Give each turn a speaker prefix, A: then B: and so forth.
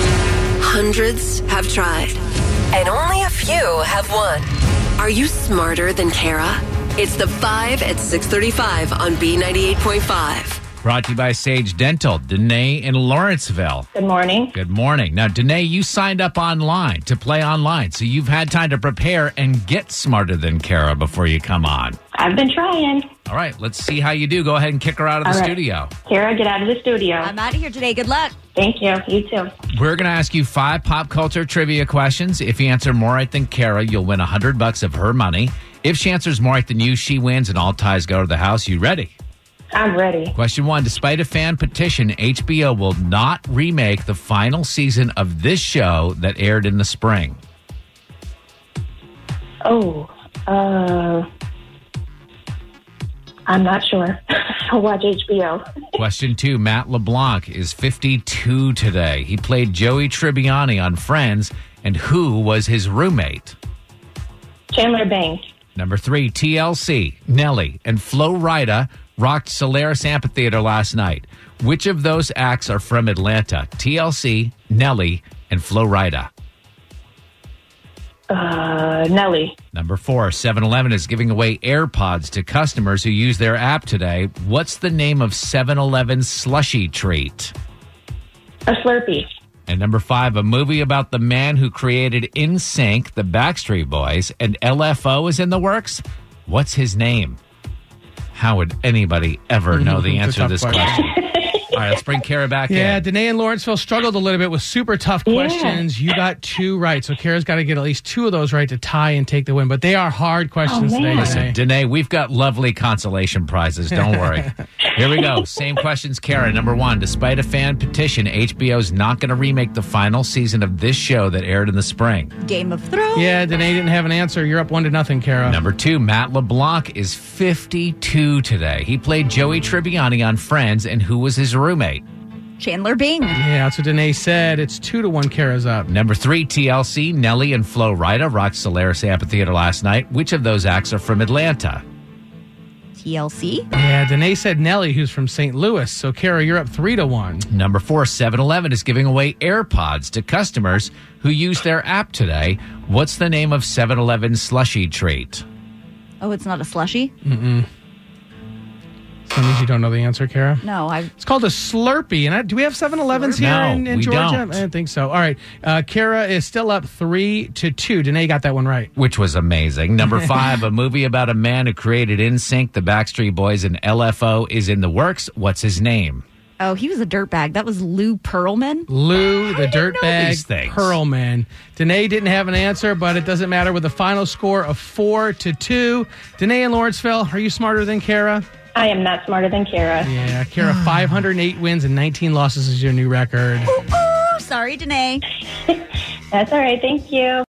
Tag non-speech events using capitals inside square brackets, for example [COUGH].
A: Hundreds have tried, and only a few have won. Are you smarter than Kara? It's the 5 at 635 on B98.5.
B: Brought to you by Sage Dental, Danae in Lawrenceville.
C: Good morning.
B: Good morning. Now, Danae, you signed up online to play online, so you've had time to prepare and get smarter than Kara before you come on.
C: I've been trying.
B: All right, let's see how you do. Go ahead and kick her out of the
C: All right.
B: studio.
C: Kara, get out of the studio.
D: I'm out of here today. Good luck.
C: Thank you. You too.
B: We're going to ask you five pop culture trivia questions. If you answer more right than Kara, you'll win 100 bucks of her money. If she answers more right than you, she wins, and all ties go to the house. You ready?
C: I'm ready.
B: Question one Despite a fan petition, HBO will not remake the final season of this show that aired in the spring.
C: Oh, uh, I'm not sure. [LAUGHS] I watch HBO.
B: Question two Matt LeBlanc is 52 today. He played Joey Tribbiani on Friends, and who was his roommate?
C: Chandler Bing.
B: Number three, TLC, Nelly, and Flo Rida rocked Solaris Amphitheater last night. Which of those acts are from Atlanta? TLC, Nelly, and Flo Rida.
C: Uh, Nelly.
B: Number four, 7 Eleven is giving away AirPods to customers who use their app today. What's the name of 7 Eleven's slushy treat?
C: A Slurpee.
B: And number five, a movie about the man who created In Sync, the Backstreet Boys, and LFO is in the works. What's his name? How would anybody
E: [LAUGHS]
B: ever know the
E: It's
B: answer to
E: a tough
B: this question?
E: question.
B: All right, let's bring Kara back
E: [LAUGHS] Yeah,
B: in.
E: Danae and Lawrenceville struggled a little bit with super tough questions. You got two right, so Kara's got to get at least two of those right to tie and take the win. But they are hard questions
C: man.
E: today.
B: Listen,
E: Danae.
B: Danae, we've got lovely consolation prizes. Don't worry. Here we go. Same questions, Kara. Number one, despite a fan petition, HBO's not going to remake the final season of this show that aired in the spring.
D: Game of Thrones.
E: Yeah, Danae didn't have an answer. You're up one to nothing, Kara.
B: Number two, Matt LeBlanc is 52 today. He played Joey Tribbiani on Friends, and who was his roommate?
D: Chandler Bing.
E: Yeah, that's what Danae said. It's two to one. Kara's up.
B: Number three, TLC, Nelly and Flo Rida rocked Solaris Amphitheater last night. Which of those acts are from Atlanta?
D: TLC.
E: Yeah, Danae said Nellie, who's from St. Louis. So Kara, you're up three to one.
B: Number four, 7 Eleven is giving away AirPods to customers who use their app today. What's the name of 7 Eleven slushy treat?
D: Oh, it's not a slushy?
E: So that means you don't know the answer, Kara.
D: No, I
E: It's called a Slurpee. And I, do we have 7-Elevens here
B: No,
E: in, in
B: we
E: Georgia?
B: don't.
E: I don't think so. All right, uh, Kara is still up three to two. Danae got that one right.
B: Which was amazing. Number five, a movie about a man who created NSYNC, the Backstreet Boys, and LFO is in the works. What's his name?
D: Oh, he was a dirtbag. That was Lou Pearlman.
E: Lou, the
B: these
E: dirtbag
B: things?
E: Pearlman. Danae didn't have an answer, but it doesn't matter with a final score of four to two. Danae and Lawrenceville, are you smarter than Kara?
C: I am not smarter than Kara.
B: [SIGHS]
E: Yeah, Kara, 508 wins and 19 losses is your new record.
D: Ooh, Oh, sorry, Danae.
C: That's all right. Thank you.